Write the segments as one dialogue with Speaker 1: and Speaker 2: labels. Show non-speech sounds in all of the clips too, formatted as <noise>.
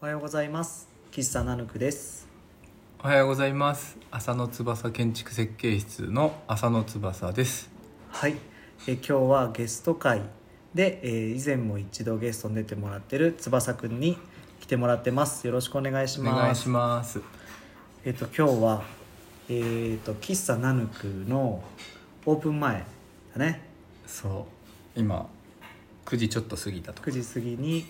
Speaker 1: おはようございます岸田ナヌクです
Speaker 2: おはようございます浅野翼建築設計室の浅野翼です
Speaker 1: はいえ今日はゲスト会で、えー以前も一度ゲストに出てもらってる翼くんに来てもらってますよろしくお願いし
Speaker 2: お
Speaker 1: ます
Speaker 2: 願いします
Speaker 1: えっと今日はえっと喫茶ナヌクのオープン前だね
Speaker 2: そう今9時ちょっと過ぎたとこ
Speaker 1: 9時過ぎに、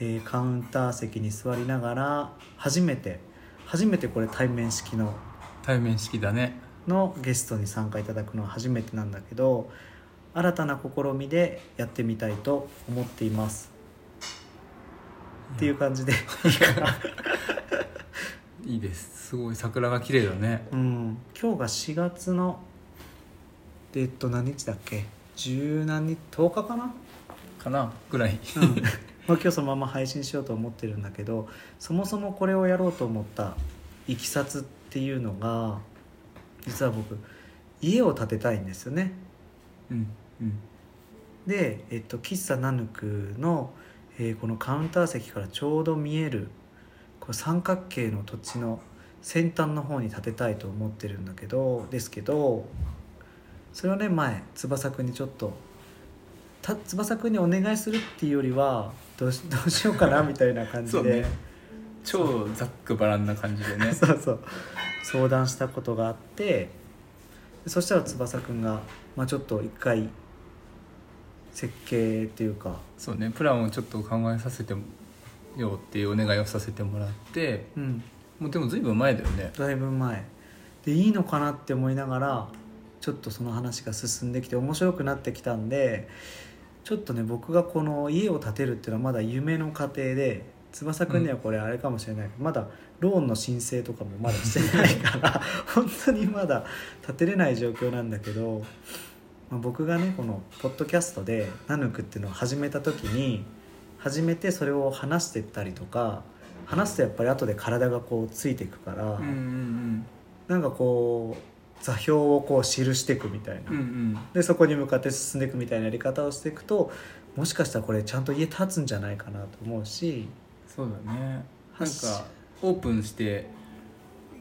Speaker 1: えーカウンター席に座りながら初めて初めてこれ対面式の
Speaker 2: 対面式だね
Speaker 1: のゲストに参加いただくのは初めてなんだけど新たな試みでやってみたいと思っていますっていう感じでいいかない
Speaker 2: いですすごい桜が綺麗だね
Speaker 1: うん今日が4月のえっと何日だっけ十何日10日 <laughs> かな
Speaker 2: かなぐらい
Speaker 1: うんまあ今日そのまま配信しようと思ってるんだけどそもそもこれをやろうと思ったいきさつっていうのが実は僕家を建てたいんですよね
Speaker 2: うんうん
Speaker 1: で、えっと、喫茶ナヌクの、えーこのカウンター席からちょうど見えるこう三角形の土地の先端の方に建てたいと思ってるんだけどですけどそれをね前翼くんにちょっとた翼くんにお願いするっていうよりはどうし <laughs> どうしようかなみたいな感じ
Speaker 2: そう
Speaker 1: で
Speaker 2: ね超ざっくばらんな感じでね
Speaker 1: そうそう相談したことがあってそしたら翼くんが、まあ、ちょっと一回設計っていうか
Speaker 2: <laughs> そうねプランをちょっと考えさせてよっていうお願いをさせてもらって
Speaker 1: うん
Speaker 2: もうでも随分前だよね
Speaker 1: だいぶ前でいいのかなって思いながらちょっとその話が進んできて面白くなってきたんでちょっとね僕がこの家を建てるっていうのはまだ夢の過程で翼くんにはこれあれかもしれない、けどまだローンの申請とかもまだしてないから <laughs> 本当にまだ建てれない状況なんだけど、まあ、僕がねこのポッドキャストで「ナヌク」っていうのを始めた時に初めてそれを話してったりとか話すとやっぱり後で体がこうついていくから。
Speaker 2: うんうん
Speaker 1: なんかこう座標をこう記していくみたいな、
Speaker 2: うんうんうん
Speaker 1: でそこに向かって進んでいくみたいなやり方をしていくともしかしたらこれちゃんと家建つんじゃないかなと思うし
Speaker 2: そうだねなん
Speaker 1: 発
Speaker 2: かオープンして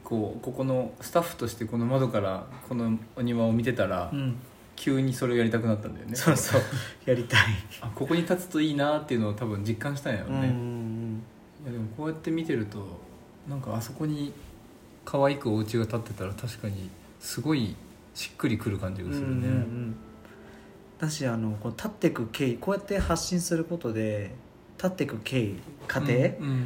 Speaker 2: こうここのスタッフとしてこの窓からこのお庭を見てたら、
Speaker 1: うん、
Speaker 2: 急にそれをやりたくなったんだよね
Speaker 1: そうそうやりたい、
Speaker 2: あここに立つといいなっていうのを多分実感したんやろ
Speaker 1: う
Speaker 2: うん
Speaker 1: うんう
Speaker 2: ね、
Speaker 1: ん
Speaker 2: いやでもこうやって見てるとなんかあそこに可愛くお家が建ってたら確かにすごいしっくりくる感じがするね、
Speaker 1: うんうんうんだしあのこう立っていく経緯こうやって発信することで立っていく経緯過程、
Speaker 2: うんうん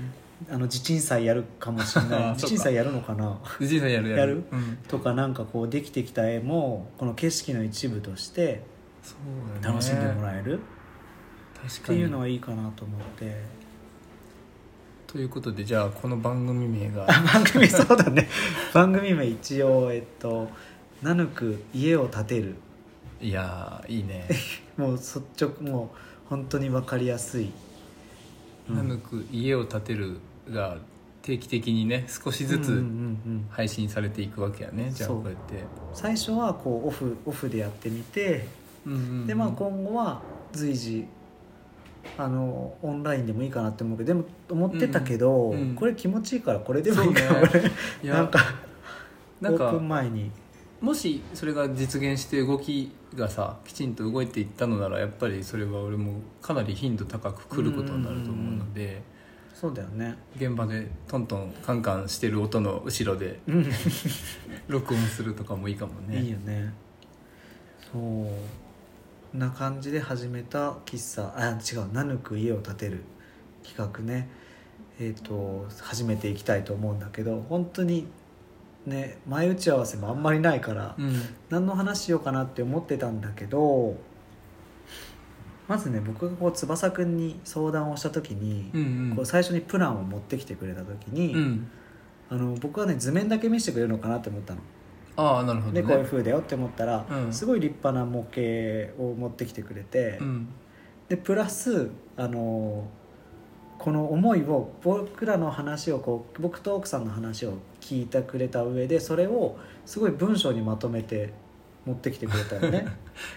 Speaker 1: あの地鎮祭やるかも <laughs> しれ
Speaker 2: あ
Speaker 1: ない
Speaker 2: ー
Speaker 1: 地鎮祭やるのかな
Speaker 2: 藤井さんやるやる
Speaker 1: やる
Speaker 2: うん、
Speaker 1: とかなんかこうできてきた絵もこの景色の一部として
Speaker 2: そうだね
Speaker 1: 楽しんでもらえる、
Speaker 2: 確かに
Speaker 1: っていうのはいいかなと思って
Speaker 2: ということでじゃあこの番組名
Speaker 1: <laughs>
Speaker 2: が
Speaker 1: 番組そうだね番組名一応えっと「ナヌク家を建てる
Speaker 2: いやーいいね」
Speaker 1: もう率直もう本当に分かりやすい、うん
Speaker 2: ナムク家を建てるが定期的にね少しず
Speaker 1: うんうん
Speaker 2: つ
Speaker 1: うん
Speaker 2: 配信されていくわけやね、じゃあ
Speaker 1: そう
Speaker 2: こうやって
Speaker 1: 最初はこうオフオフでやってみて
Speaker 2: うんうんうん
Speaker 1: でまあ今後は随時あのオンラインでもいいかなって思うけどでも思ってたけど、
Speaker 2: うんうん
Speaker 1: これ気持ちいいからこれでもいいか <laughs> も、
Speaker 2: そう
Speaker 1: ね、
Speaker 2: いや
Speaker 1: なんか
Speaker 2: なん
Speaker 1: オー
Speaker 2: か
Speaker 1: プン前に
Speaker 2: もしそれが実現して動きがさきちんと動いていったのならやっぱりそれは俺もかなり頻度高く来ることになると思うので、
Speaker 1: そうだよね
Speaker 2: 現場でトントンカンカンしてる音の後ろで
Speaker 1: うん
Speaker 2: 録音するとかもいいかもね
Speaker 1: いいよねそうこんな感じで始めた喫茶あ違う「ナヌク家を建てる」企画ねえっ、と始めていきたいと思うんだけど本当にね前打ち合わせもあんまりないから、
Speaker 2: うん
Speaker 1: 何の話しようかなって思ってたんだけどまずね僕がこう翼くんに相談をした時に、
Speaker 2: うんうん
Speaker 1: こう最初にプランを持ってきてくれた時に、
Speaker 2: うん
Speaker 1: あの僕はね図面だけ見せてくれるのかなって思ったの。
Speaker 2: ああなるほどね
Speaker 1: でこういう風だよって思ったら、
Speaker 2: うん
Speaker 1: すごい立派な模型を持ってきてくれて、
Speaker 2: うん
Speaker 1: でプラスあのこの思いを僕らの話をこう僕と奥さんの話を聞いてくれた上でそれをすごい文章にまとめて持ってきてくれたよ
Speaker 2: <laughs>
Speaker 1: ね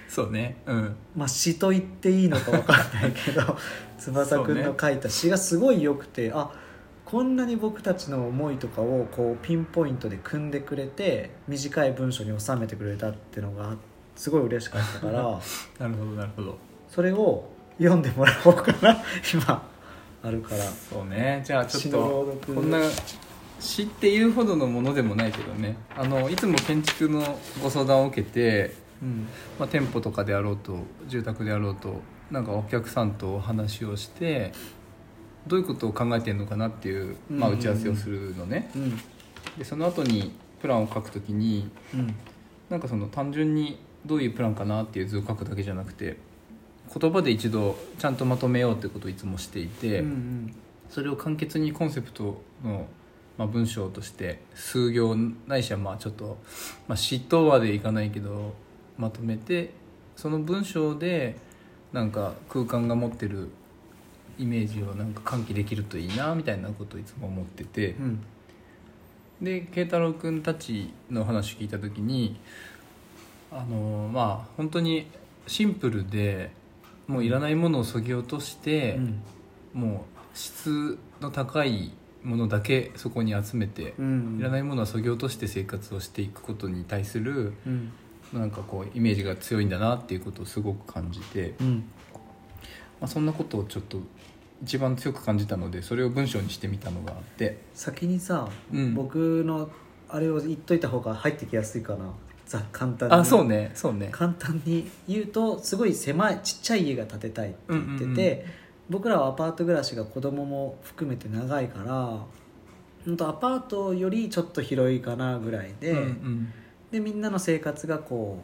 Speaker 2: そうねうん
Speaker 1: まあ詩と言っ
Speaker 2: <laughs>
Speaker 1: ていいのか分かんないけど翼くんの書いた詩がすごい良くてあこんなに僕たちの思いとかをこうピンポイントで組んでくれて短い文章に収めてくれたってのがすごい嬉しかったから
Speaker 2: <laughs> なるほどなるほど
Speaker 1: それを読んでもらおうかな <laughs> 今あるから
Speaker 2: そうねじゃあちょっ
Speaker 1: 詩の朗
Speaker 2: と
Speaker 1: 読
Speaker 2: こんな詩っていうほどのものでもないけどねあのいつも建築のご相談を受けて、
Speaker 1: うん
Speaker 2: まあ、店舗とかであろうと住宅であろうとなんかお客さんとお話をしてどういうことを考えてるのかなっていう、まあ、
Speaker 1: うん
Speaker 2: 打ち合わせをするのね、
Speaker 1: うん
Speaker 2: でその後にプランを書くときに
Speaker 1: うん
Speaker 2: なんかその単純にどういうプランかなっていう図を書くだけじゃなくて言葉で一度ちゃんとまとめようってことをいつもしていて、
Speaker 1: うん
Speaker 2: それを簡潔にコンセプトの、まあ、文章として数行ないしはまあちょっと、まあ、詩とはでいかないけどまとめてその文章でなんか空間が持ってるイメージをなんか喚起できるといいなみたいなことをいつも思ってて。
Speaker 1: うん
Speaker 2: で慶太郎君たちの話聞いた時にあのまあ本当にシンプルでもういらないものをそぎ落として、
Speaker 1: うん
Speaker 2: もう質の高いものだけそこに集めて、
Speaker 1: うん
Speaker 2: いらないいものはそぎ落として生活をしていくことに対する
Speaker 1: うん
Speaker 2: なんかこうイメージが強いんだなっていうことをすごく感じて、
Speaker 1: うん
Speaker 2: まあ、そんなことをちょっと一番強く感じたのでそれを文章にしてみたのがあって、
Speaker 1: 先にさ
Speaker 2: うん、
Speaker 1: 僕のあれを言っといた方が入ってきやすいかなざ簡単に
Speaker 2: あそうねそうね
Speaker 1: 簡単に言うとすごい狭いちっちゃい家が建てたいって言ってて、
Speaker 2: うんうんうん
Speaker 1: 僕らはアパート暮らしが子供も含めて長いからほんとアパートよりちょっと広いかなぐらいで、
Speaker 2: うんうん
Speaker 1: でみんなの生活がこ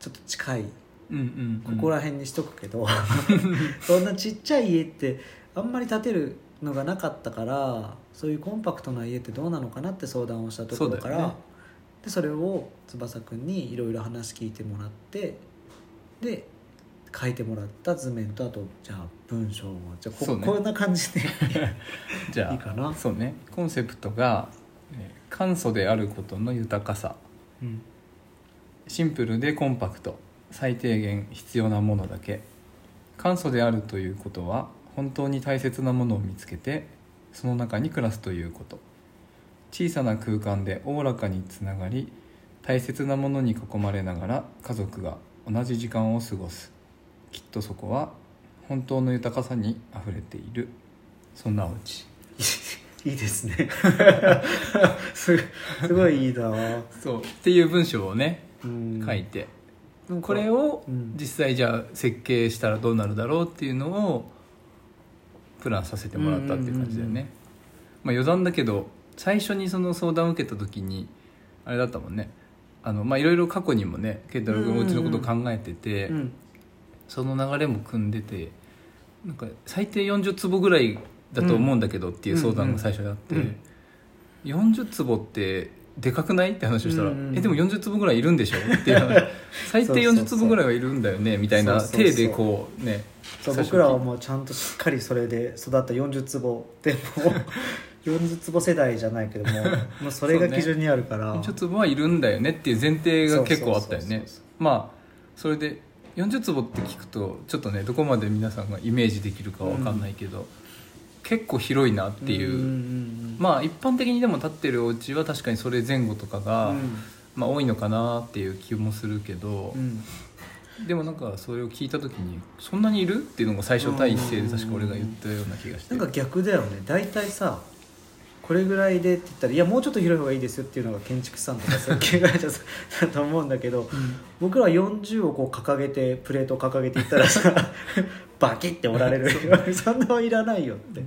Speaker 1: うちょっと近い
Speaker 2: うんうんう
Speaker 1: こ
Speaker 2: ん
Speaker 1: こら辺にしとくけど、そんなちっちゃい家ってあんまり建てるのがなかったからそういうコンパクトな家ってどうなのかなって相談をしたところか
Speaker 2: そうだよ
Speaker 1: ら
Speaker 2: ね
Speaker 1: でそれを翼くんにいろいろ話聞いてもらってで書いてもらった図面とあとじゃあ文章をじゃあこ,、
Speaker 2: そうね
Speaker 1: こんな感じで
Speaker 2: じゃあ
Speaker 1: いいかな
Speaker 2: そうねコンセプトがえー簡素であることの豊かさ
Speaker 1: うん
Speaker 2: シンプルでコンパクト最低限必要なものだけ簡素であるということは本当に大切なものを見つけてその中に暮らすということ小さな空間でおおらかにつながり大切なものに囲まれながら家族が同じ時間を過ごすきっとそこは本当の豊かさにあふれているそんなお家
Speaker 1: いいですね <laughs> すすごいいいな、
Speaker 2: そうっていう文章をね
Speaker 1: うん、
Speaker 2: 書いて、
Speaker 1: なんか
Speaker 2: これを
Speaker 1: うん
Speaker 2: 実際じゃあ設計したらどうなるだろうっていうのをプランさせてもらったっていう感じだ
Speaker 1: うんう
Speaker 2: よね、
Speaker 1: んうんうん
Speaker 2: まあ、余談だけど最初にその相談を受けた時にあれだったもんねあのまあいろいろ過去にもね慶太郎君
Speaker 1: うんうんう
Speaker 2: お
Speaker 1: ん
Speaker 2: うちのこと考えてて、
Speaker 1: うん
Speaker 2: その流れも組んでてなんか最低40坪ぐらいだと思うんだけどっていう相談が最初にあって、
Speaker 1: うんうん
Speaker 2: 40坪ってでかくないって話をしたら「
Speaker 1: うんうん
Speaker 2: えでも40坪ぐらいいるんでしょ?」っていう
Speaker 1: <laughs>
Speaker 2: 話最低40坪ぐらいはいるんだよねみたい
Speaker 1: そ
Speaker 2: な
Speaker 1: うそうそう
Speaker 2: 体でこうね
Speaker 1: そう
Speaker 2: 最初
Speaker 1: 僕らはもうちゃんとしっかりそれで育った40坪で
Speaker 2: <laughs>
Speaker 1: も40坪世代じゃないけどももうそれが基準にあるから、
Speaker 2: 40坪はいるんだよねっていう前提が結構あったよ
Speaker 1: そうそうそう
Speaker 2: ね
Speaker 1: そう
Speaker 2: まあそれで40坪って聞くとちょっとねどこまで皆さんがイメージできるかわかんないけど、結構広いなっていう。
Speaker 1: んんうん
Speaker 2: まあ一般的にでも立ってるお家は確かにそれ前後とかが、
Speaker 1: うん
Speaker 2: まあ多いのかなっていう気もするけど
Speaker 1: う、ん
Speaker 2: でもなんかそれを聞いた時にそんなにいるっていうのが最初第一声で確か俺が言ったような気がして
Speaker 1: なんか逆だよね大体さこれぐらいでって言ったらいやもうちょっと広い方がいいですよっていうのが建築士さんとか
Speaker 2: <laughs>
Speaker 1: 設計会社さんだと思うんだけど僕らは40をこう掲げてプレートを掲げていったら
Speaker 2: <laughs>
Speaker 1: さバキッて折られるそんなのいらないよって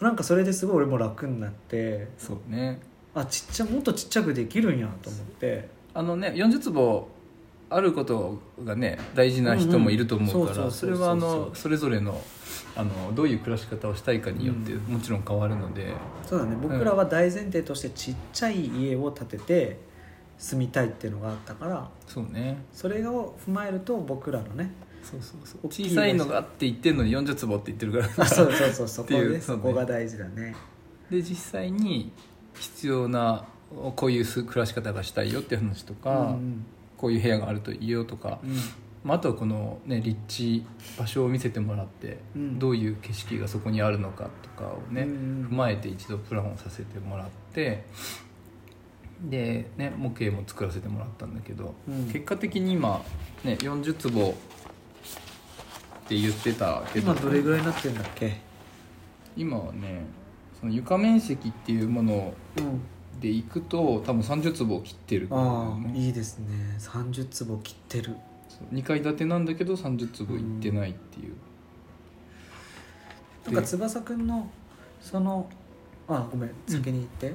Speaker 1: なんかそれですごい俺も楽になって
Speaker 2: そうね
Speaker 1: あちっちゃもっとちっちゃくできるんやと思って
Speaker 2: あのね40坪あることがね大事な人もいると思うか
Speaker 1: うんう
Speaker 2: ら
Speaker 1: んそ
Speaker 2: そ
Speaker 1: うそうそうそう
Speaker 2: れはあのそれぞれのあのどういう暮らし方をしたいかによって
Speaker 1: うん
Speaker 2: もちろん変わるので、
Speaker 1: そうだね僕らは大前提としてちっちゃい家を建てて住みたいっていうのがあったから
Speaker 2: そうね
Speaker 1: それを踏まえると僕らの
Speaker 2: <laughs>
Speaker 1: ね
Speaker 2: そうそうそう
Speaker 1: 大きい
Speaker 2: 小さいのがあって言ってるのに40坪って言ってるから
Speaker 1: あそうそうそうそ
Speaker 2: っ
Speaker 1: こ
Speaker 2: ていう
Speaker 1: ね
Speaker 2: そう
Speaker 1: そ
Speaker 2: ね
Speaker 1: こが大事だね
Speaker 2: で実際に必要なこういう暮らし方がしたいよっていう話とか、
Speaker 1: うん
Speaker 2: こういう部屋があるといいよとか
Speaker 1: うん
Speaker 2: まあ、あとはこの、ね、立地場所を見せてもらって、
Speaker 1: うん
Speaker 2: どういう景色がそこにあるのかとかをね、
Speaker 1: うん
Speaker 2: 踏まえて一度プランをさせてもらってで、ね、模型も作らせてもらったんだけど、
Speaker 1: うん
Speaker 2: 結果的に今、ね、40坪って言ってたけど
Speaker 1: 今どれぐらいになってるんだっけ
Speaker 2: 今はねその床面積っていうもの
Speaker 1: うん
Speaker 2: でいくと多分30坪を切ってる
Speaker 1: ああ
Speaker 2: ね
Speaker 1: いいですね30坪切ってる
Speaker 2: そう2階建てなんだけど30坪いってないっていう、
Speaker 1: なんか翼くんのそのあごめん先に言 <laughs> って、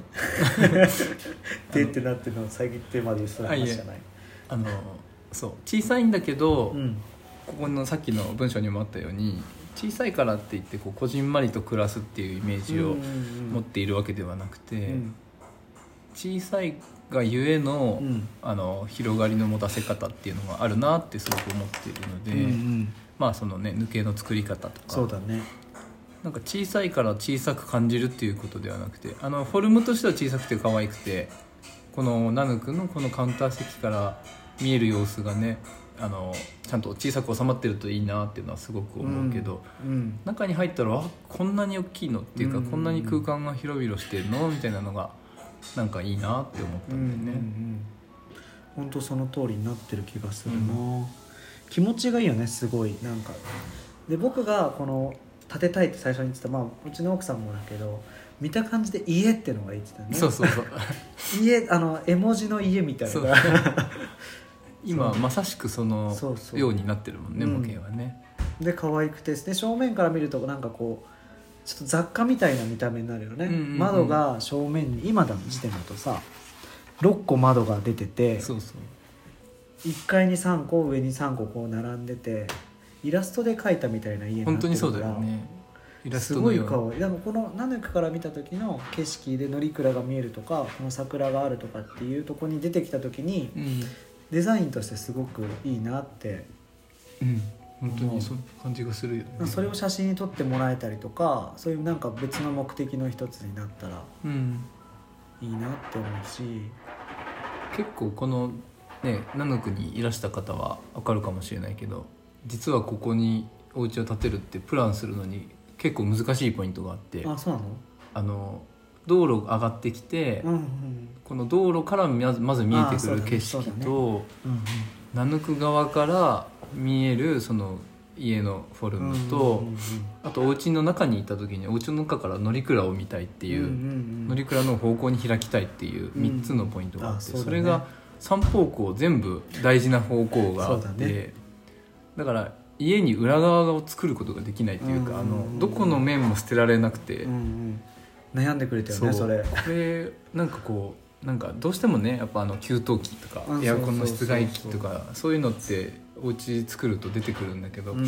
Speaker 1: でってなってるのを遮ってまでする話じゃない
Speaker 2: あのそう小さいんだけど、
Speaker 1: うん
Speaker 2: ここのさっきの文章にもあったように小さいからって言ってこうこじんまりと暮らすっていうイメージを持っているわけではなくて、
Speaker 1: うん
Speaker 2: 小さいがゆえの,、
Speaker 1: うん
Speaker 2: あの広がりの持たせ方っていうのがあるなってすごく思っているので、
Speaker 1: うんうん
Speaker 2: まあそのね抜けの作り方とか
Speaker 1: そうだね
Speaker 2: なんか小さいから小さく感じるっていうことではなくてあのフォルムとしては小さくて可愛くてこのナヌ君のこのカウンター席から見える様子がねあのちゃんと小さく収まってるといいなっていうのはすごく思うけど、
Speaker 1: うん
Speaker 2: 中に入ったらあこんなに大きいのっていうか、
Speaker 1: うん
Speaker 2: こんなに空間が広々してるのみたいなのがなんかいいなって思っ
Speaker 1: う
Speaker 2: た
Speaker 1: んうん
Speaker 2: んだよね。
Speaker 1: ん本当その通りになってる気がするな、気持ちがいいよねすごいなんかで僕がこの建てたいって最初に言ってた、まあ、うちの奥さんもだけど見た感じで家ってのが言ってたね
Speaker 2: そうそ
Speaker 1: <laughs>
Speaker 2: うそう
Speaker 1: 家あの絵文字の家みたいな
Speaker 2: そう今まさしくその
Speaker 1: そうそう
Speaker 2: ようになってるもんね
Speaker 1: うん
Speaker 2: 模型はね、
Speaker 1: <laughs> で可愛くてで正面から見るとなんかこうちょっと雑貨みたいな見た目になるよね、
Speaker 2: うんうんうん
Speaker 1: 窓が正面に今だの時点だとさ6個窓が出てて
Speaker 2: そうそう
Speaker 1: 1階に3個上に3個こう並んでてイラストで描いたみたいな家にな
Speaker 2: 本
Speaker 1: って
Speaker 2: 当
Speaker 1: る
Speaker 2: に
Speaker 1: から
Speaker 2: そうだよねイラス
Speaker 1: す
Speaker 2: ト
Speaker 1: ご
Speaker 2: の
Speaker 1: い
Speaker 2: ように
Speaker 1: 可愛いでもこのナヌクから見た時の景色で乗鞍が見えるとかこの桜があるとかっていうとこに出てきた時に
Speaker 2: うん、
Speaker 1: デザインとしてすごくいいなって
Speaker 2: うん、本当にそういう感じがするよね
Speaker 1: それを写真に撮ってもらえたりとかそういうなんか別の目的の一つになったら
Speaker 2: うん、
Speaker 1: いいなって思うし
Speaker 2: 結構このねナノクにいらした方は分かるかもしれないけど実はここにお家を建てるってプランするのに結構難しいポイントがあって
Speaker 1: あ
Speaker 2: あ
Speaker 1: そうな
Speaker 2: の道路が上がってきて、
Speaker 1: のうんうん
Speaker 2: この道路からまずまず見えて
Speaker 1: あ
Speaker 2: く
Speaker 1: そう
Speaker 2: る
Speaker 1: だね
Speaker 2: 景色
Speaker 1: そうだね
Speaker 2: と、
Speaker 1: うん
Speaker 2: ナヌク側から見えるその家のフォル
Speaker 1: うん
Speaker 2: ムと、あとお家の中にいた時にお家の中から乗鞍を見たいっていう、乗
Speaker 1: り
Speaker 2: 鞍の方向に開きたいっていう3つのポイントがあっ
Speaker 1: うんあそ
Speaker 2: て、
Speaker 1: うだね
Speaker 2: それが3方向全部大事な方向があって
Speaker 1: そうだ
Speaker 2: だ,、
Speaker 1: ね
Speaker 2: から家に裏側を作ることができないという
Speaker 1: う
Speaker 2: か、
Speaker 1: んうんうん
Speaker 2: あのどこの面も捨てられなくて、
Speaker 1: 悩んでくれたよ
Speaker 2: そ
Speaker 1: ね
Speaker 2: う
Speaker 1: それ
Speaker 2: これなんかこうなんかどうしてもねやっぱあの給湯器とか
Speaker 1: うん
Speaker 2: エアコンの
Speaker 1: そうそ
Speaker 2: 室
Speaker 1: うそうそう
Speaker 2: 外機とかそういうのってお家作ると出てくるんだけど、
Speaker 1: うんうん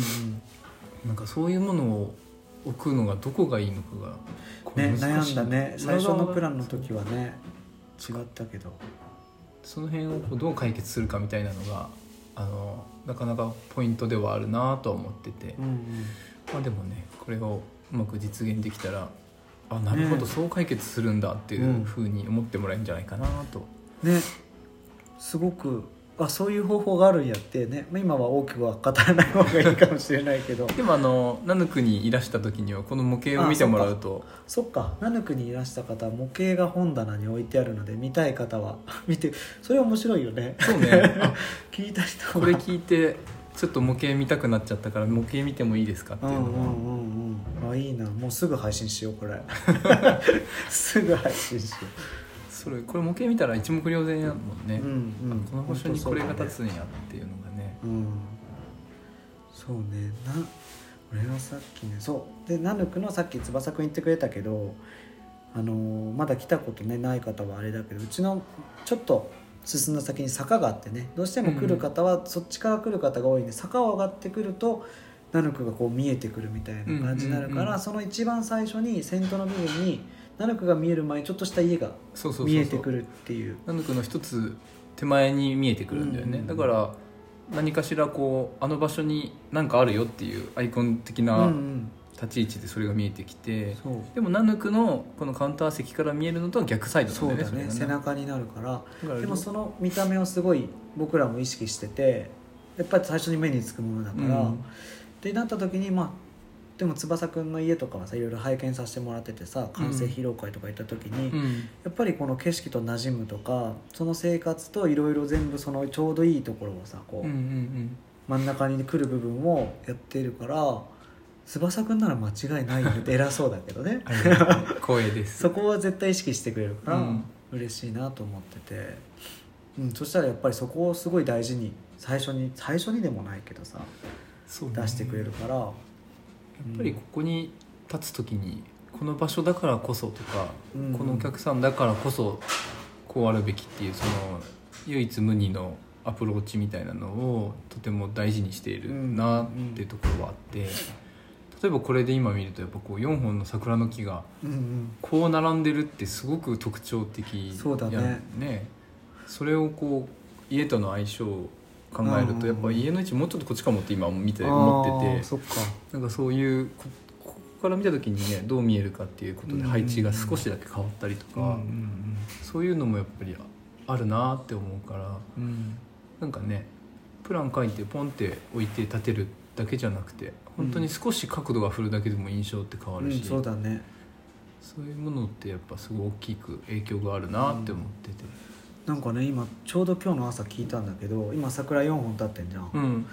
Speaker 2: なんかそういうものを置くのがどこがいいのかがこう
Speaker 1: ね
Speaker 2: 難
Speaker 1: 悩
Speaker 2: し
Speaker 1: ん
Speaker 2: い
Speaker 1: だね最初のプランの
Speaker 2: そう
Speaker 1: 時はね違ったけど
Speaker 2: その辺をこうどう解決するかみたいなのがあのなかなかポイントではあるなとは思ってて、
Speaker 1: うんうん
Speaker 2: まあ、でもねこれをうまく実現できたらあなるほど、
Speaker 1: ね
Speaker 2: そう解決するんだってい
Speaker 1: うん
Speaker 2: うふうに思ってもらえるんじゃないかなと、
Speaker 1: ねすごくあそういう方法があるんやってねまあ今は大きくは語らない方がいいかもしれないけど <laughs>
Speaker 2: でもあのナヌクにいらした時にはこの模型を見てもらうと
Speaker 1: そっかナヌクにいらした方は模型が本棚に置いてあるので見たい方は <laughs> 見てそれ面白いよね
Speaker 2: そ
Speaker 1: <laughs>
Speaker 2: うねあ
Speaker 1: 聞いた人は
Speaker 2: これ聞いてちょっと模型見たくなっちゃったから模型見てもいいですかって
Speaker 1: う
Speaker 2: い
Speaker 1: ん
Speaker 2: う
Speaker 1: う
Speaker 2: の
Speaker 1: ん
Speaker 2: は、
Speaker 1: うんうんあいいなもうすぐ配信しようこ
Speaker 2: <laughs>
Speaker 1: れすぐ配信しよ
Speaker 2: それこれ模型見たら一目瞭然やもん
Speaker 1: う、
Speaker 2: ね、
Speaker 1: うんうん、
Speaker 2: この場所にこれが立
Speaker 1: つ
Speaker 2: つんやっていうのがね
Speaker 1: うんそうねな俺はさっきねそうでナヌクのさっき翼くん言ってくれたけどあのーまだ来たことねない方はあれだけどうちのちょっと進んだ先に坂があってねどうしても来る方は、そっちから来る方が多いんで坂を上がってくるとナヌクがこう見えてくるみたいな感じになるから、
Speaker 2: うんうんうん
Speaker 1: その一番最初に先頭の部分にナヌクが見える前にちょっとした家が
Speaker 2: そうそうそうそう
Speaker 1: 見えてくるっていう
Speaker 2: ナヌクの一つ手前に見えてくるんだよね、
Speaker 1: うん
Speaker 2: だから何かしらこうあの場所に何かあるよっていうアイコン的
Speaker 1: うんう
Speaker 2: なん立ち位置でそれが見えてきて、
Speaker 1: そう
Speaker 2: でもナヌクのこのカウンター席から見えるのとは逆サイド
Speaker 1: そう
Speaker 2: なんだ
Speaker 1: だ
Speaker 2: よね
Speaker 1: ね背中になるから
Speaker 2: だから
Speaker 1: でもその見た目をすごい僕らも意識しててやっぱり最初に目につくものだから、
Speaker 2: う
Speaker 1: っ
Speaker 2: ん
Speaker 1: てなった時にまあでも翼くんの家とかはさいろいろ拝見させてもらっててさ完成披露会とか行った時に、
Speaker 2: うん
Speaker 1: やっぱりこの景色と馴染むとかその生活といろいろ全部そのちょうどいいところをさこう、
Speaker 2: う
Speaker 1: <laughs>
Speaker 2: んうん
Speaker 1: 真ん中に来る部分をやってるから翼くんなら間違いないよ
Speaker 2: <laughs>
Speaker 1: ね偉そうだけどね
Speaker 2: ありがとう光栄です
Speaker 1: そこは絶対意識してくれるから、
Speaker 2: うん
Speaker 1: 嬉しいなと思ってて、うん、そしたらやっぱりそこをすごい大事に最初に最初にでもないけどさ
Speaker 2: そうね
Speaker 1: 出してくれるから、
Speaker 2: やっぱりここに立つ時にこの場所だからこそとか、
Speaker 1: うん
Speaker 2: このお客さんだからこそこうあるべきっていうその唯一無二のアプローチみたいなのをとても大事にしているなっていうところはあって、例えばこれで今見るとやっぱこう4本の桜の木が
Speaker 1: うんうん
Speaker 2: こう並んでるってすごく特徴的や
Speaker 1: そうだね
Speaker 2: ねそれをこう家との相性を考え
Speaker 1: う
Speaker 2: る
Speaker 1: ん
Speaker 2: とやっぱ家の位置もうちょっとこっちかもって今見て
Speaker 1: あー
Speaker 2: 思ってて。
Speaker 1: そっか
Speaker 2: なんかそういうこここから見た時にねどう見えるかっていうこと
Speaker 1: うんう
Speaker 2: で
Speaker 1: んうん
Speaker 2: 配置が少しだけ変わったりとか、
Speaker 1: うん
Speaker 2: そういうのもやっぱりああるなって思うから
Speaker 1: うんうん
Speaker 2: なんかねプラン書いてポンって置いて立てるだけじゃなくて本当に少し角度が振るだけでも印象って変わ
Speaker 1: う
Speaker 2: る
Speaker 1: ん
Speaker 2: し、
Speaker 1: そうだね
Speaker 2: そういうものってやっぱすごい大きく影響があるなって思ってて。
Speaker 1: なんかね今ちょうど今日の朝聞いたんだけど今桜4本立ってんじゃん
Speaker 2: うん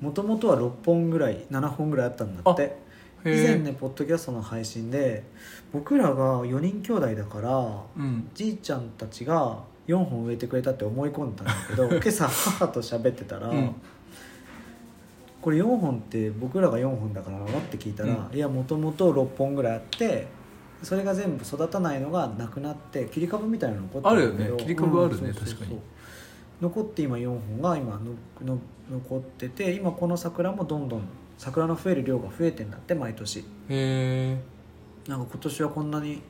Speaker 1: もともとは6本ぐらい7本ぐらいあったんだって以
Speaker 2: へー
Speaker 1: 前ねポッドキャストの配信で僕らが4人兄弟だから
Speaker 2: うん
Speaker 1: じいちゃんたちが4本植えてくれたって思い込んだんだけ
Speaker 2: <laughs>
Speaker 1: ど今朝母と喋ってたら、
Speaker 2: うん
Speaker 1: これ4本って僕らが4本だからなのって聞いたら、
Speaker 2: う
Speaker 1: いやもともと6本ぐらいあってそれが全部育たないのがなくなって切り株みたいなの残ってんだけど
Speaker 2: あるよね切り株あるね
Speaker 1: うんそうそうそう
Speaker 2: 確かに
Speaker 1: 残って今4本が今のの残ってて今この桜もどんどん桜の増える量が増えてんだって毎年
Speaker 2: へ
Speaker 1: なんか今年はこんなに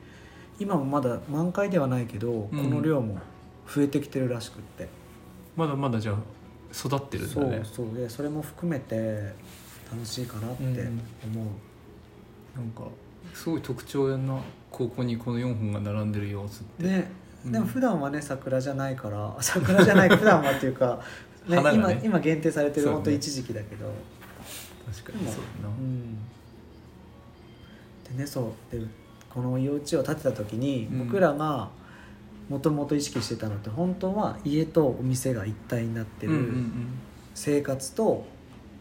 Speaker 1: 今もまだ満開ではないけど、この量も増えてきてるらしくって
Speaker 2: ーまだまだじゃあ育ってるんだ
Speaker 1: そう
Speaker 2: ね
Speaker 1: そうでそれも含めて楽しいかなって思う、
Speaker 2: なんかすごい特徴やなここにこの4本が並んでる様子って、
Speaker 1: ね
Speaker 2: うん
Speaker 1: でも普段はね桜じゃないから <laughs> 桜じゃない普段はっていうか、ね
Speaker 2: 花が
Speaker 1: 今
Speaker 2: ね
Speaker 1: 今限定されてる
Speaker 2: そうね
Speaker 1: 本当一時期だけどう,、
Speaker 2: 確かにそうだな、
Speaker 1: んでねそうでこの幼稚園を建てた時に、
Speaker 2: うん
Speaker 1: 僕らがもともと意識してたのって本当は家とお店が一体になってる、
Speaker 2: うんうん
Speaker 1: 生活と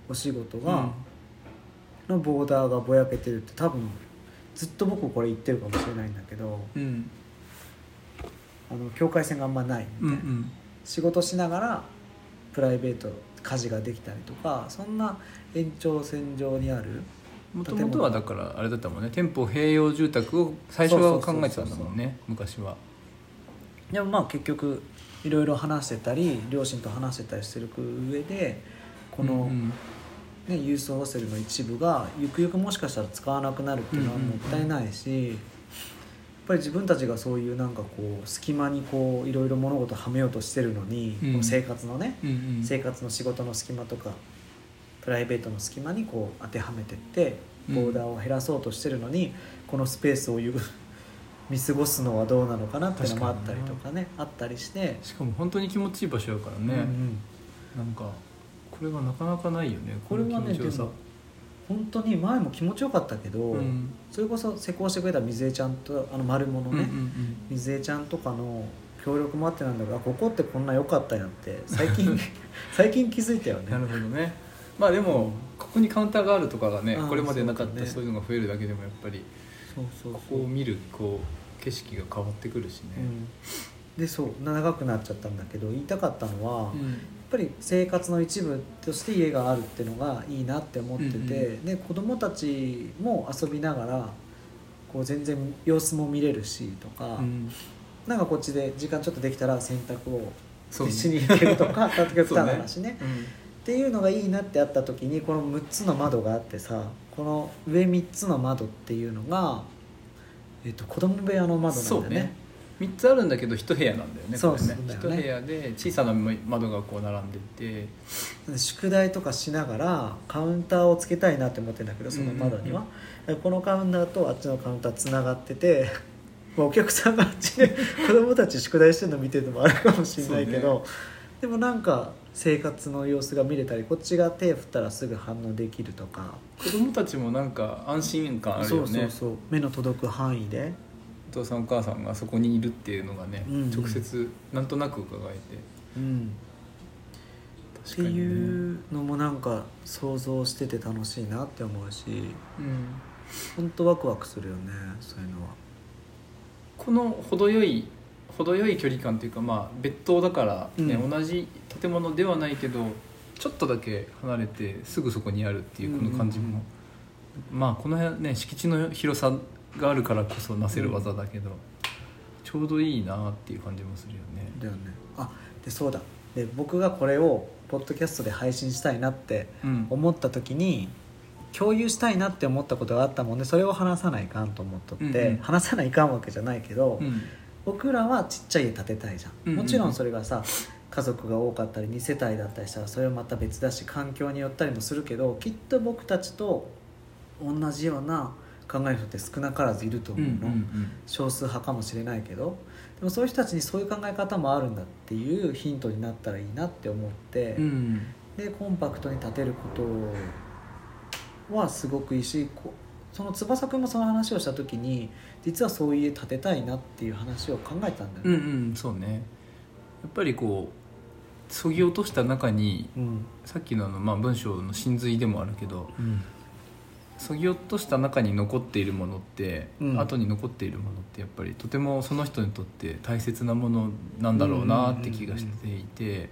Speaker 1: お仕事
Speaker 2: うん
Speaker 1: が、のボーダーがぼやけてるって多分ずっと僕これ言ってるかもしれないんだけど
Speaker 2: うん
Speaker 1: あの境界線があんまない
Speaker 2: うんう
Speaker 1: み
Speaker 2: ん
Speaker 1: たいな、仕事しながらプライベート家事ができたりとかそんな延長線上にある
Speaker 2: もともとはだからあれだったもんね店舗併用住宅を最初は考えてたんだもんね昔は
Speaker 1: でもまあ結局いろいろ話してたり両親と話してたりしてる上でこの、
Speaker 2: うんうん
Speaker 1: ね、ユースホステルの一部がゆくゆくもしかしたら使わなくなるっていうのは
Speaker 2: うんうん
Speaker 1: も
Speaker 2: うん
Speaker 1: ったいないし、やっぱり自分たちがそういうなんかこう隙間にこういろいろ物事をはめようとしてるのに、
Speaker 2: うん
Speaker 1: こう生活のね、
Speaker 2: うんうん
Speaker 1: 生活の仕事の隙間とかプライベートの隙間にこう当てはめてって
Speaker 2: うん
Speaker 1: ボーダーを減らそうとしてるのに、このスペースをゆ <laughs> 見過ごすのはどうなのかなっていうのもあったりとかねあったりして。
Speaker 2: しかも本当に気持ちいい場所やからね、
Speaker 1: うんうん
Speaker 2: なんかこれがなかなかないよね
Speaker 1: これはね
Speaker 2: の気持
Speaker 1: で
Speaker 2: ちよ
Speaker 1: も本当に前も気持ちよかったけど、
Speaker 2: さうん
Speaker 1: それこそ施工してくれた水江ちゃんとあの丸物
Speaker 2: うん
Speaker 1: ね、
Speaker 2: うん
Speaker 1: 水江ちゃんとかの協力もあってなんだけどあここってこんな良かったんや
Speaker 2: <laughs>
Speaker 1: って最近最近気づいたよ
Speaker 2: うん
Speaker 1: ね
Speaker 2: なるほどねまあでも、ここにカウンターがあるとかがね
Speaker 1: あー
Speaker 2: これまでなかっ
Speaker 1: そ
Speaker 2: た
Speaker 1: うだね
Speaker 2: そういうのが増えるだけでもやっぱり
Speaker 1: そうそう
Speaker 2: こ
Speaker 1: そ
Speaker 2: こ
Speaker 1: う、
Speaker 2: を見るこう景色が変わってくるし
Speaker 1: う
Speaker 2: ね、
Speaker 1: ん、でそう長くなっちゃったんだけど言いたかったのは、
Speaker 2: う
Speaker 1: やっ
Speaker 2: ん
Speaker 1: ぱり生活の一部として家があるってのがいいなって思ってて、
Speaker 2: うんう
Speaker 1: で子供たちも遊びながらこう全然様子も見れるしとか、
Speaker 2: うん
Speaker 1: なんかこっちで時間ちょっとできたら洗濯を
Speaker 2: そうね
Speaker 1: しに行けると
Speaker 2: <laughs>
Speaker 1: か例えば
Speaker 2: そうね
Speaker 1: の話ねっていうのがいいなってあった時にこの6つの窓があってさこの上3つの窓っていうのが、えっと子供部屋の窓な
Speaker 2: そ
Speaker 1: ん
Speaker 2: う
Speaker 1: だよね
Speaker 2: ね3つあるんだけど1部屋なんだよね
Speaker 1: そう
Speaker 2: これね
Speaker 1: そうだよね
Speaker 2: 1部屋で小さな窓がこう並んでて
Speaker 1: 宿題とかしながらカウンターをつけたいなって思ってんだけどその窓には、このカウンターとあっちのカウンターつながってて <laughs>
Speaker 2: <laughs>
Speaker 1: まあお客さんがあっちで子供たち宿題してるの見てるのもあるかもしれないけど、でもなんか生活の様子が見れたりこっちが手振ったらすぐ反応できるとか、
Speaker 2: 子供たちもなんか安心感あるよ
Speaker 1: そ
Speaker 2: ね
Speaker 1: うそうそう目の届く範囲で
Speaker 2: お父さんお母さんがそこにいるっていうのがね、
Speaker 1: うんうん
Speaker 2: 直接なんとなく伺えて
Speaker 1: うんっ
Speaker 2: 確
Speaker 1: て
Speaker 2: かにね
Speaker 1: いうのもなんか想像してて楽しいなって思うし
Speaker 2: うん、
Speaker 1: 本当ワクワクするよねそういうのは
Speaker 2: この程よい程よい距離感というかまあ別棟だから、ね
Speaker 1: うん
Speaker 2: 同じ建物ではないけどちょっとだけ離れてすぐそこにあるっていうこの感じも、まあこの辺ね敷地の広さがあるからこそなせる技だけど、ちょうどいいなっていう感じもするよね
Speaker 1: だよねあでそうだで僕がこれをポッドキャストで配信したいなって
Speaker 2: うん
Speaker 1: 思った時に共有したいなって思ったことがあったもんでそれを話さないかんと思っとって、
Speaker 2: うんうん
Speaker 1: 話さないかんわけじゃないけど、
Speaker 2: うん
Speaker 1: 僕らはちっちゃい家建てたいじゃん、
Speaker 2: うんうんうん
Speaker 1: もちろんそれがさ家族が多かったり2世帯だったりしたらそれはまた別だし環境によったりもするけどきっと僕たちと同じような考える人って少なからずいると
Speaker 2: うんう
Speaker 1: 思うの、
Speaker 2: ん
Speaker 1: 少数派かもしれないけどでもそういう人たちにそういう考え方もあるんだっていうヒントになったらいいなって思って、
Speaker 2: うんうん
Speaker 1: でコンパクトに立てることはすごくいいしこその翼くんもその話をした時に実はそういう家建てたいなっていう話を考えたんだ
Speaker 2: うんう
Speaker 1: よね。
Speaker 2: んそうねやっぱりこうそぎ落とした中に
Speaker 1: うん
Speaker 2: さっきのあの、まあ、文章の真髄でもあるけど
Speaker 1: うん
Speaker 2: そぎ落とした中に残っているものって、
Speaker 1: うん
Speaker 2: 後に残っているものってやっぱりとてもその人にとって大切なものなんだろうなって気がしていて、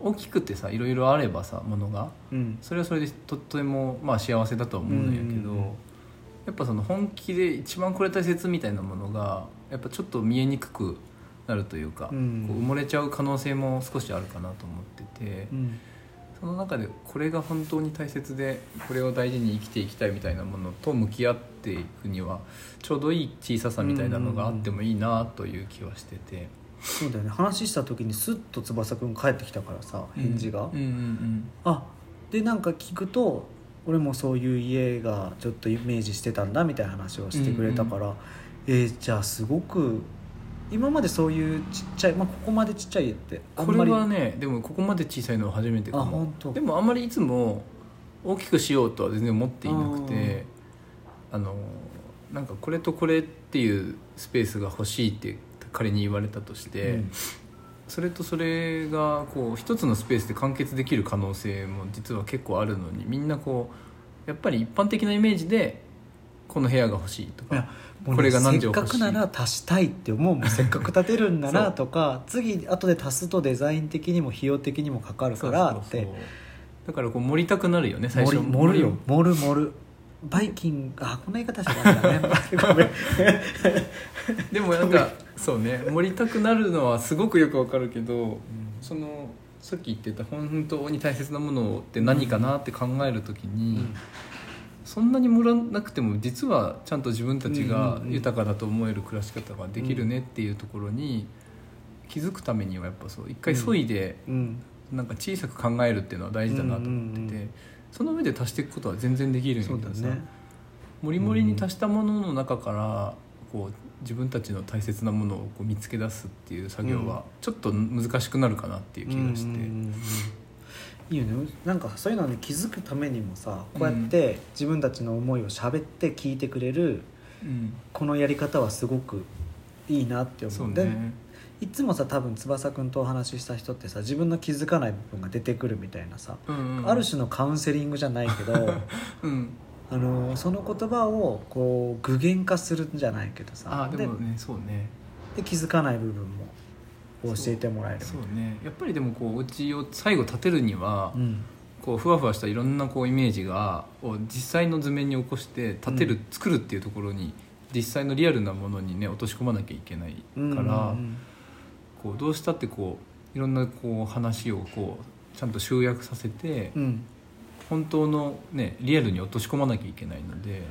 Speaker 2: 大きくてさいろいろあればさものが
Speaker 1: うん
Speaker 2: それはそれでとっても、まあ、幸せだとは思うんやけど、
Speaker 1: うんうんうん
Speaker 2: やっぱその本気で一番これ大切みたいなものがやっぱちょっと見えにくくなるというか、
Speaker 1: うん
Speaker 2: こう埋もれちゃう可能性も少しあるかなと思ってて。
Speaker 1: うん
Speaker 2: その中でこれが本当に大切でこれを大事に生きていきたいみたいなものと向き合っていくにはちょうどいい小ささみたいなのがあってもいいなという気はしてて
Speaker 1: そうだよね話した時にスッと翼くん帰ってきたからさ返事が、
Speaker 2: うんうんうん
Speaker 1: あでなんか聞くと俺もそういう家がちょっとイメージしてたんだみたいな話をしてくれたから、えーじゃあすごく今までそういうちっちゃい、まあ、ここまでちっちゃい家ってあん
Speaker 2: こ
Speaker 1: まり
Speaker 2: れはねでもここまで小さいのは初めてか
Speaker 1: あ
Speaker 2: も
Speaker 1: 本当
Speaker 2: でもあんまりいつも大きくしようとは全然思っていなくてあのなんかこれとこれっていうスペースが欲しいって仮に言われたとして、
Speaker 1: うん
Speaker 2: それとそれがこう一つのスペースで完結できる可能性も実は結構あるのにみんなこうやっぱり一般的なイメージでこの部屋が欲しいと
Speaker 1: いや
Speaker 2: か
Speaker 1: もうね
Speaker 2: これが何畳欲しい
Speaker 1: せっかくなら足したいって思う
Speaker 2: <laughs>
Speaker 1: もんせっかく建てるんならとか次後で足すとデザイン的にも費用的にもかかるからって
Speaker 2: そうそうそうだからこう盛りたくなるよね最
Speaker 1: 盛
Speaker 2: 初
Speaker 1: る盛るよ盛る盛るバイキングあこんな言い方しちゃダメだね
Speaker 2: <laughs>
Speaker 1: ごめん
Speaker 2: でもなんかそうね盛りたくなるのはすごくよくわかるけどそのさっき言ってた本当に大切なものって何かなって考えるとき
Speaker 1: う
Speaker 2: に、
Speaker 1: ん
Speaker 2: そんなに盛らなくても実はちゃんと自分たち
Speaker 1: うん
Speaker 2: が
Speaker 1: うんうん
Speaker 2: 豊かだと思える暮らし方ができるねっていうところに気づくためにはやっぱそう一回削いで
Speaker 1: うん
Speaker 2: なんか小さく考えるっていうのは大事だなと思ってて、
Speaker 1: うんうんうん
Speaker 2: その上で足していくことは全然できるん
Speaker 1: そうだ
Speaker 2: さ
Speaker 1: ね
Speaker 2: もりもりに足したものの中からこう自分たちの大切なものをこう見つけ出すっていう作
Speaker 1: う
Speaker 2: 業
Speaker 1: ん
Speaker 2: はちょっと難しくなるかなっていう気がして。
Speaker 1: うんうんうんうんいいよねなんかそういうのに気づくためにもさこうやって自分たちの思いを喋って聞いてくれる
Speaker 2: うん
Speaker 1: このやり方はすごくいいなって思う
Speaker 2: そう
Speaker 1: で
Speaker 2: ね
Speaker 1: いつもさ多分翼くんとお話しした人ってさ自分の気づかない部分が出てくるみたいなさ、
Speaker 2: うんうん
Speaker 1: ある種のカウンセリングじゃないけ
Speaker 2: <laughs>
Speaker 1: ど
Speaker 2: うん、
Speaker 1: あのその言葉をこう具現化するんじゃないけどさ
Speaker 2: あでもねそうね
Speaker 1: でで気づかない部分も教えてもらえるみた
Speaker 2: そ
Speaker 1: いう
Speaker 2: ねやっぱりでもこうお家を最後建てるには、
Speaker 1: なうん
Speaker 2: こうふわふわしたいろんなこうイメージがを実際の図面に起こして建て
Speaker 1: う
Speaker 2: る、
Speaker 1: ん
Speaker 2: 作るっていうところに実際のリアルなものにね落とし込まなきゃいけないか
Speaker 1: う
Speaker 2: ら、
Speaker 1: んうん
Speaker 2: こうどうしたってこういろんなこう話をこうちゃんと集約させて、
Speaker 1: うんうん
Speaker 2: 本当のねリアルに落とし込まなきゃいけないので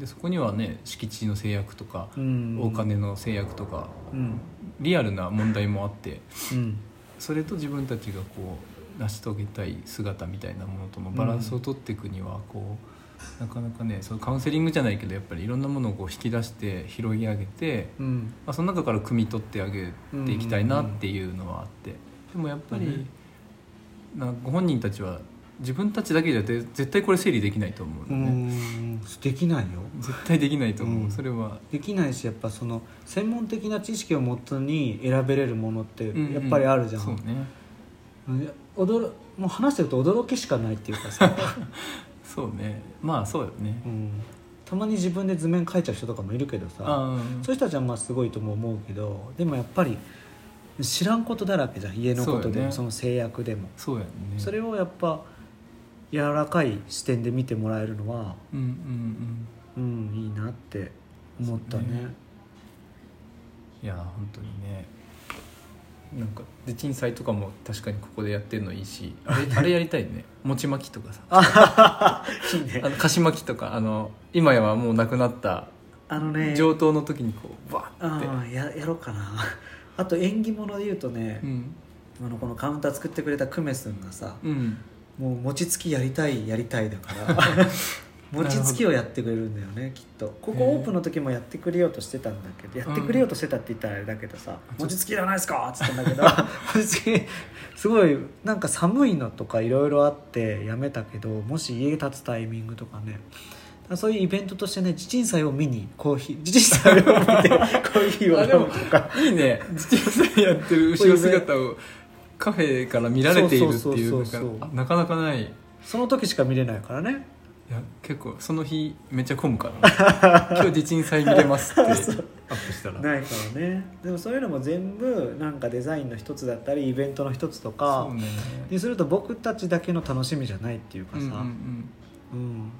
Speaker 2: でそこにはね敷地の制約とか、
Speaker 1: うん
Speaker 2: お金の制約とか
Speaker 1: うん
Speaker 2: リアルな問題もあって。
Speaker 1: うん
Speaker 2: それと自分たちがこう成し遂げたい姿みたいなものとのバランスを取っていくにはこう、なかなかねそのカウンセリングじゃないけどやっぱりいろんなものをこう引き出して拾い上げて、
Speaker 1: うん
Speaker 2: まあ、その中から汲み取ってあげていきたいなっていうのはあって、
Speaker 1: う
Speaker 2: でもやっぱり、
Speaker 1: うん
Speaker 2: なんかご本人たちは自分たちだけじゃで絶対これ整理できないと思う
Speaker 1: う
Speaker 2: のね、
Speaker 1: んできないよ
Speaker 2: 絶対できないと思う、
Speaker 1: うん
Speaker 2: それは
Speaker 1: できないしやっぱその専門的な知識をもとに選べれるものって
Speaker 2: うんうん
Speaker 1: やっぱりあるじゃん、
Speaker 2: そうね
Speaker 1: うん驚もう話してると驚きしかないっていうか
Speaker 2: <laughs>
Speaker 1: さ、
Speaker 2: そうねまあそうよね、
Speaker 1: うん、たまに自分で図面描いちゃう人とかもいるけどさ
Speaker 2: あ
Speaker 1: そういう人たちはまあすごいとも思うけどでもやっぱり知らんことだらけじゃん家のことでもそ,、
Speaker 2: そうよね
Speaker 1: の制約でも、
Speaker 2: そうやね
Speaker 1: それをやっぱ柔らかい視点で見てもらえるのは
Speaker 2: うんうんうん
Speaker 1: うんいいなって思ったね
Speaker 2: そうねいや本当にねなんかで鎮祭とかも確かにここでやってるのいい <laughs> しあれあれやりたいね餅巻きとかさあ
Speaker 1: いいね
Speaker 2: の菓子巻きとかあの今やはもうなくなった
Speaker 1: あのね
Speaker 2: 上等の時にこうバーって、
Speaker 1: ああややろうかなあと縁起物で言うとね
Speaker 2: う、ん
Speaker 1: あのこのカウンター作ってくれた久米さんがさ、
Speaker 2: うん、
Speaker 1: もう餅つきやりたいやりたいだから
Speaker 2: <laughs>
Speaker 1: 餅つきをやってくれるんだよねきっとここ
Speaker 2: へえ
Speaker 1: オープンの時もやってくれようとしてたんだけどやってくれようとしてたって言ったらあれだけどさ
Speaker 2: うん
Speaker 1: 餅つきじゃないですかっつったんだけ
Speaker 2: <laughs>
Speaker 1: ど餅つきすごいなんか寒いのとかいろいろあってやめたけどもし家建つタイミングとかねそういうイベントとしてね地鎮祭を見にコーヒー地鎮祭を見て
Speaker 2: <laughs>
Speaker 1: コーヒーを
Speaker 2: あで
Speaker 1: 飲む
Speaker 2: も
Speaker 1: とか
Speaker 2: いいね鎮祭やってる後ろ姿をカフェから見られているってい
Speaker 1: そううそうそうそう
Speaker 2: なんかなかなかないい
Speaker 1: その時しか見れないからね
Speaker 2: や結構その日めっちゃ混
Speaker 1: <laughs>
Speaker 2: むから、今日地鎮祭見れますってアップしたら
Speaker 1: ないからねでもそういうのも全部なんかデザインの一つだったりイベントの一つとか
Speaker 2: そうね
Speaker 1: にすると僕たちだけの楽しみじゃないっていう
Speaker 2: う
Speaker 1: か
Speaker 2: んうんう
Speaker 1: さ
Speaker 2: ん
Speaker 1: うん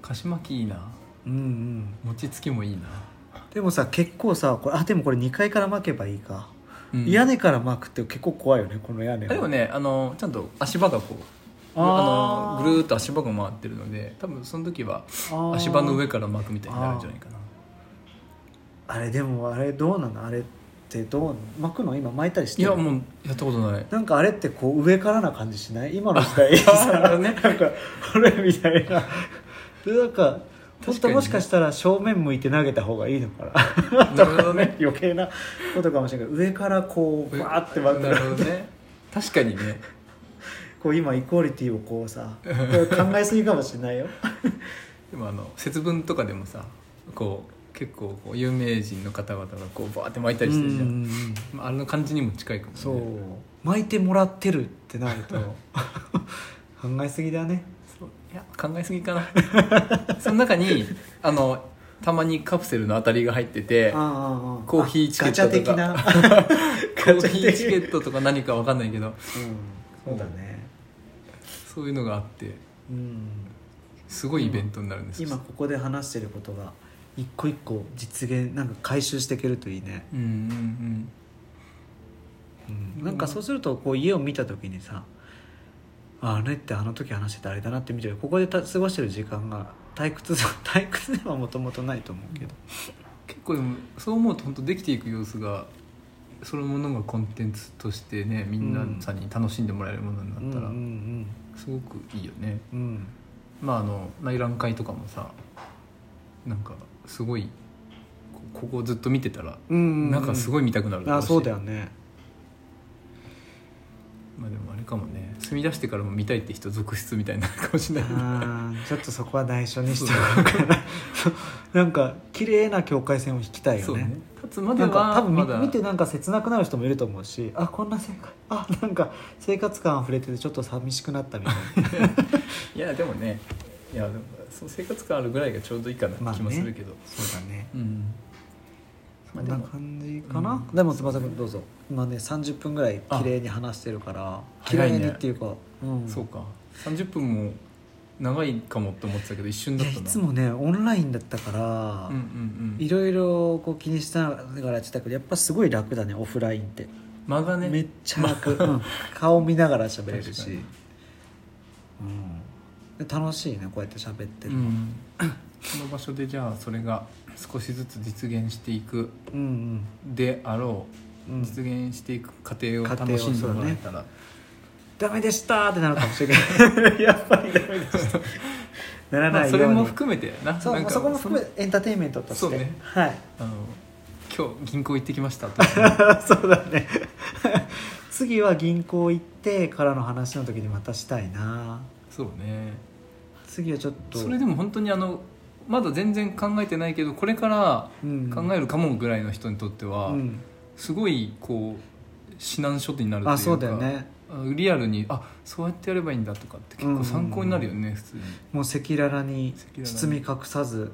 Speaker 2: 菓子巻きいいな
Speaker 1: うんうん
Speaker 2: 餅つきもいいな、
Speaker 1: でもさ結構さこれあでもこれ2階から巻けばいいか、
Speaker 2: うん
Speaker 1: 屋根から巻くって結構怖いよねこの屋根
Speaker 2: あ
Speaker 1: は
Speaker 2: でもねあのちゃんと足場がこう
Speaker 1: あ
Speaker 2: あ
Speaker 1: ー
Speaker 2: のぐるーっと足場が回ってるので多分その時は
Speaker 1: あー
Speaker 2: 足場の上から巻くみたいになるんじゃないかな
Speaker 1: あれでもあれどうなのあれってどう巻くの今巻いたりして
Speaker 2: い
Speaker 1: る
Speaker 2: やもうやったことない
Speaker 1: なんかあれってこう上からな感じしない今の時
Speaker 2: <laughs>
Speaker 1: 代さ、
Speaker 2: ね
Speaker 1: <laughs> なんかこれみたいなでなんか本
Speaker 2: 確か
Speaker 1: 当
Speaker 2: にね
Speaker 1: もしかしたら正面向いて投げた方がいいのかな
Speaker 2: なる
Speaker 1: <laughs>
Speaker 2: ほどね
Speaker 1: 余計なことかもしれないけど上からこう <laughs> バーって待って
Speaker 2: なるほどね確かにね
Speaker 1: こう今イクオリティをこう
Speaker 2: <laughs>
Speaker 1: さこれ考えすぎかもしれないよ
Speaker 2: でもあの節分とかでもさこう結構こう有名人の方々がこうバーって巻いたりしてるじゃ
Speaker 1: うんうん
Speaker 2: ん、
Speaker 1: うん
Speaker 2: まあ、あれの感じにも近いかもね
Speaker 1: そう巻いてもらってるってな
Speaker 2: <laughs>
Speaker 1: ると考えすぎだね
Speaker 2: そういや考えすぎかな <laughs> その中にあのたまにカプセルの当たりが入っててコーヒーチケットとか
Speaker 1: ガチャ的な
Speaker 2: コ
Speaker 1: ガ
Speaker 2: ー
Speaker 1: チャ的な
Speaker 2: ヒーチケットとか何か分かんないけど <laughs>
Speaker 1: うんそうだね
Speaker 2: そういうのがあって
Speaker 1: うん
Speaker 2: すごいイベントになるんです
Speaker 1: 今ここで話してることが一個一個実現なんか回収していけるといいね、
Speaker 2: うんうんうん
Speaker 1: なんかそうするとこう家を見た時にさああれってあの時話してたあれだなって見てるここでた過ごしてる時間が退屈さ <laughs> 退屈ではもともとないと思うけど
Speaker 2: 結構でもそう思うと本当できていく様子がそのものがコンテンツとしてねみんなさんに楽しんでもらえるもの
Speaker 1: うん
Speaker 2: に
Speaker 1: う
Speaker 2: なったら
Speaker 1: ん
Speaker 2: すごくいいよね、
Speaker 1: うんうん
Speaker 2: まああの内覧会とかもさなんかすごいこここずっと見てたら
Speaker 1: うんうん
Speaker 2: なんかすご
Speaker 1: い
Speaker 2: い見たくなる
Speaker 1: あそうだよ
Speaker 2: ね、
Speaker 1: ね
Speaker 2: まあ、でもあれかもね住み出してからも見たいって人続出みたいになるかもしれないけど
Speaker 1: あーちょっとそこは内緒にしておこうか <laughs> ななんか綺麗な境界線を引きたい
Speaker 2: そ
Speaker 1: よ
Speaker 2: う
Speaker 1: ね
Speaker 2: ね立つまで
Speaker 1: なんか多
Speaker 2: は
Speaker 1: 分
Speaker 2: ま
Speaker 1: 見
Speaker 2: だ
Speaker 1: 見てなんか切なくなる人もいると思うしあこんな生活あなんか生活感あふれててちょっと寂しくなったみたい
Speaker 2: <laughs>
Speaker 1: な
Speaker 2: いやでもねいやでもその生活感あるぐらいがちょうどいいかな
Speaker 1: まあ
Speaker 2: って
Speaker 1: ね
Speaker 2: 気もするけど、
Speaker 1: そうだね
Speaker 2: うん
Speaker 1: そんな感じか
Speaker 2: まあ
Speaker 1: なで
Speaker 2: で、も
Speaker 1: も翼君どうぞ今ね30分ぐらい綺麗に話してるから綺
Speaker 2: 早い
Speaker 1: 麗
Speaker 2: ね
Speaker 1: にっていうか、うん
Speaker 2: そうか30分も長いかもって思ってたけど一瞬
Speaker 1: い
Speaker 2: だっ
Speaker 1: や
Speaker 2: たない
Speaker 1: つもねオンラインだったから、
Speaker 2: うんうんう
Speaker 1: い
Speaker 2: ん
Speaker 1: ろいろこう気にしながらやってたけどやっぱすごい楽だねオフラインって、
Speaker 2: 間がね
Speaker 1: めっちゃ楽、うん顔見ながら喋れる
Speaker 2: 確か
Speaker 1: し
Speaker 2: に、
Speaker 1: うん、で楽しいねこうやって喋って
Speaker 2: う
Speaker 1: る、
Speaker 2: んこの場所でじゃあそれが少しずつ実現していく
Speaker 1: うん
Speaker 2: であろ
Speaker 1: う
Speaker 2: う、
Speaker 1: んうん
Speaker 2: 実現していく過程を
Speaker 1: 過程を
Speaker 2: 楽しんでもらえたら、
Speaker 1: ダメでしたってなるかもしれ <laughs> ないやっぱりダメでしたなら
Speaker 2: ま
Speaker 1: な
Speaker 2: あ、
Speaker 1: い
Speaker 2: そ
Speaker 1: よう
Speaker 2: れ
Speaker 1: に、
Speaker 2: も含めてな
Speaker 1: そう
Speaker 2: なんか
Speaker 1: そこも含めエンターテインメントとして
Speaker 2: そうね
Speaker 1: <laughs> はい <laughs>
Speaker 2: あの今日銀行行ってきましたと
Speaker 1: そうだね次は銀行行ってからの話の時にまたしたいな
Speaker 2: そうね
Speaker 1: 次はちょっと
Speaker 2: それでも本当にあのまだ全然考えてないけどこれから
Speaker 1: うん、
Speaker 2: 考えるかもぐらいの人にとっては、
Speaker 1: うん、
Speaker 2: すごいこう指南書になるというか
Speaker 1: あそうだよね
Speaker 2: あリアルにあそうやってやればいいんだとかって結構参考になるよね、普通に
Speaker 1: もう赤裸々に
Speaker 2: 赤裸々に
Speaker 1: 包み隠さず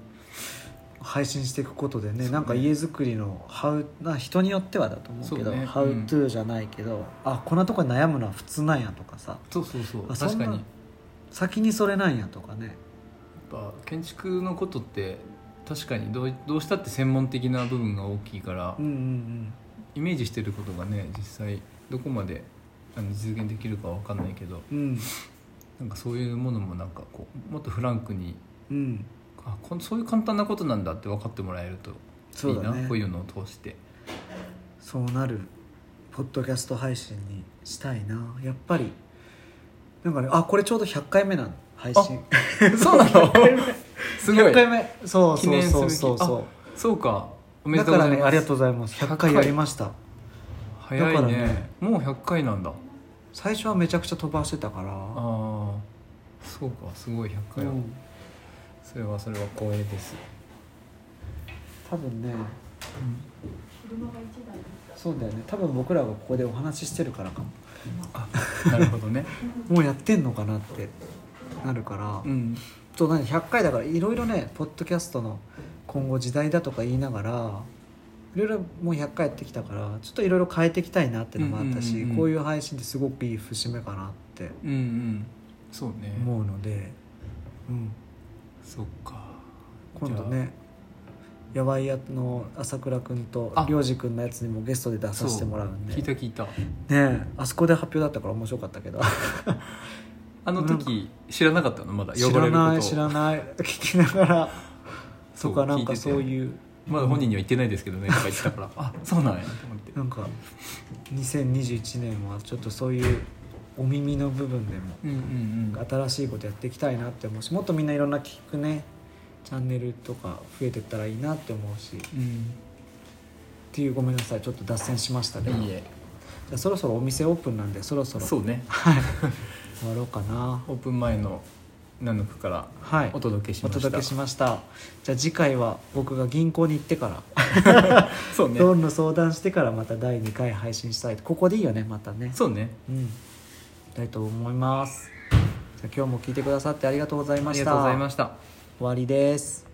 Speaker 1: 配信していくことで
Speaker 2: そう
Speaker 1: ね
Speaker 2: ね
Speaker 1: なんか家づくりのハウな人によってはだと思うけ
Speaker 2: そ
Speaker 1: ど
Speaker 2: うね
Speaker 1: ハウトゥーじゃないけど、あこんなとこに悩むのは普通なんやとかさ
Speaker 2: そうそうそう
Speaker 1: あそ
Speaker 2: 確
Speaker 1: んな
Speaker 2: かにやっ
Speaker 1: 先にそれなんやとかね
Speaker 2: ぱ建築のことって確かにどうどうしたって専門的な部分が大きいから、
Speaker 1: うんうんうん
Speaker 2: イメージしてることがね実際どこまであの実現できるかわかんないけど
Speaker 1: うん
Speaker 2: なんかそういうものもなんかこうもっとフランクに
Speaker 1: うん
Speaker 2: あこんそういう簡単なことなんだって分かってもらえると
Speaker 1: そ
Speaker 2: いういな
Speaker 1: だね
Speaker 2: こういうのを通して <laughs>
Speaker 1: そうなるポッドキャスト配信にしたいなやっぱりなんかねあこれちょうど100回目なの配信
Speaker 2: そうな
Speaker 1: <laughs>
Speaker 2: のすご
Speaker 1: 100回
Speaker 2: い
Speaker 1: 目そう
Speaker 2: 記
Speaker 1: そう
Speaker 2: 念すべき
Speaker 1: そうそうそ
Speaker 2: そうかお
Speaker 1: う
Speaker 2: めで
Speaker 1: だ
Speaker 2: と
Speaker 1: から
Speaker 2: うござい
Speaker 1: ね
Speaker 2: ま
Speaker 1: ありが
Speaker 2: す
Speaker 1: とうございます100
Speaker 2: 100
Speaker 1: 回
Speaker 2: 回
Speaker 1: やりました
Speaker 2: 早い
Speaker 1: だ
Speaker 2: ね
Speaker 1: からね
Speaker 2: もう100回なんだ
Speaker 1: 最初はめちゃくちゃ飛ばしてたから
Speaker 2: ああそうかすごい100
Speaker 1: う
Speaker 2: 回は、
Speaker 1: ん
Speaker 2: それはそれは光栄です、
Speaker 1: 多分ねそうだよね多分僕らがここでお話ししてるからかも
Speaker 2: あ <laughs> なるほどね
Speaker 1: もうやってんのかなってなるから
Speaker 2: うん
Speaker 1: そうなんで100回だからいろいろねポッドキャストの今後時代だとか言いながらいろいろもう100回やってきたからちょっといろいろ変えていきたいなってのもあったし、
Speaker 2: うんうんうんうん
Speaker 1: こういう配信ってすごくいい節目かなって
Speaker 2: うんうんそうね
Speaker 1: 思うので、うん、
Speaker 2: そっか
Speaker 1: 今度ねやばいやの朝倉君と
Speaker 2: あ
Speaker 1: 涼く君のやつにもゲストで出させてもらうん
Speaker 2: 聞
Speaker 1: で
Speaker 2: いた
Speaker 1: ね
Speaker 2: 聞いた
Speaker 1: えあそこで発表だったから面白かったけど
Speaker 2: あの時知らなかったのまだ
Speaker 1: 知
Speaker 2: <laughs> 汚
Speaker 1: ら
Speaker 2: れること
Speaker 1: な
Speaker 2: を
Speaker 1: い知らない <laughs> 聞きながらとかなんかそう
Speaker 2: う聞いてて
Speaker 1: いう
Speaker 2: まだ本人には言ってないですけどねとか言ってたからあそうなんやと思って
Speaker 1: なんか2021年はちょっとそういうお耳の部分でも
Speaker 2: うんうん
Speaker 1: 新しいことやっていきたいなって思うしもっとみんないろんな聞くねチャンネルとか増えてったらいいなって思うしっ
Speaker 2: うん
Speaker 1: ていうごめんなさいちょっと脱線しましたけど
Speaker 2: いい
Speaker 1: じ
Speaker 2: え
Speaker 1: ゃあそろそろお店オープンなんでそろそろ終
Speaker 2: そうね <laughs>
Speaker 1: わろうかな
Speaker 2: オープン前の南野区から
Speaker 1: はい
Speaker 2: お届けし
Speaker 1: お
Speaker 2: ました
Speaker 1: 届けしましたじゃあ次回は僕が銀行に行ってから
Speaker 2: そうね
Speaker 1: ローンの相談してからまた第2回配信したいここでいいよねまたね
Speaker 2: そうね
Speaker 1: うん、だいと思います。じゃあ今日も聞いてくださってありがとうござい
Speaker 2: あ
Speaker 1: ま
Speaker 2: り
Speaker 1: し
Speaker 2: がとうご
Speaker 1: た。
Speaker 2: ざいました
Speaker 1: 終わりです。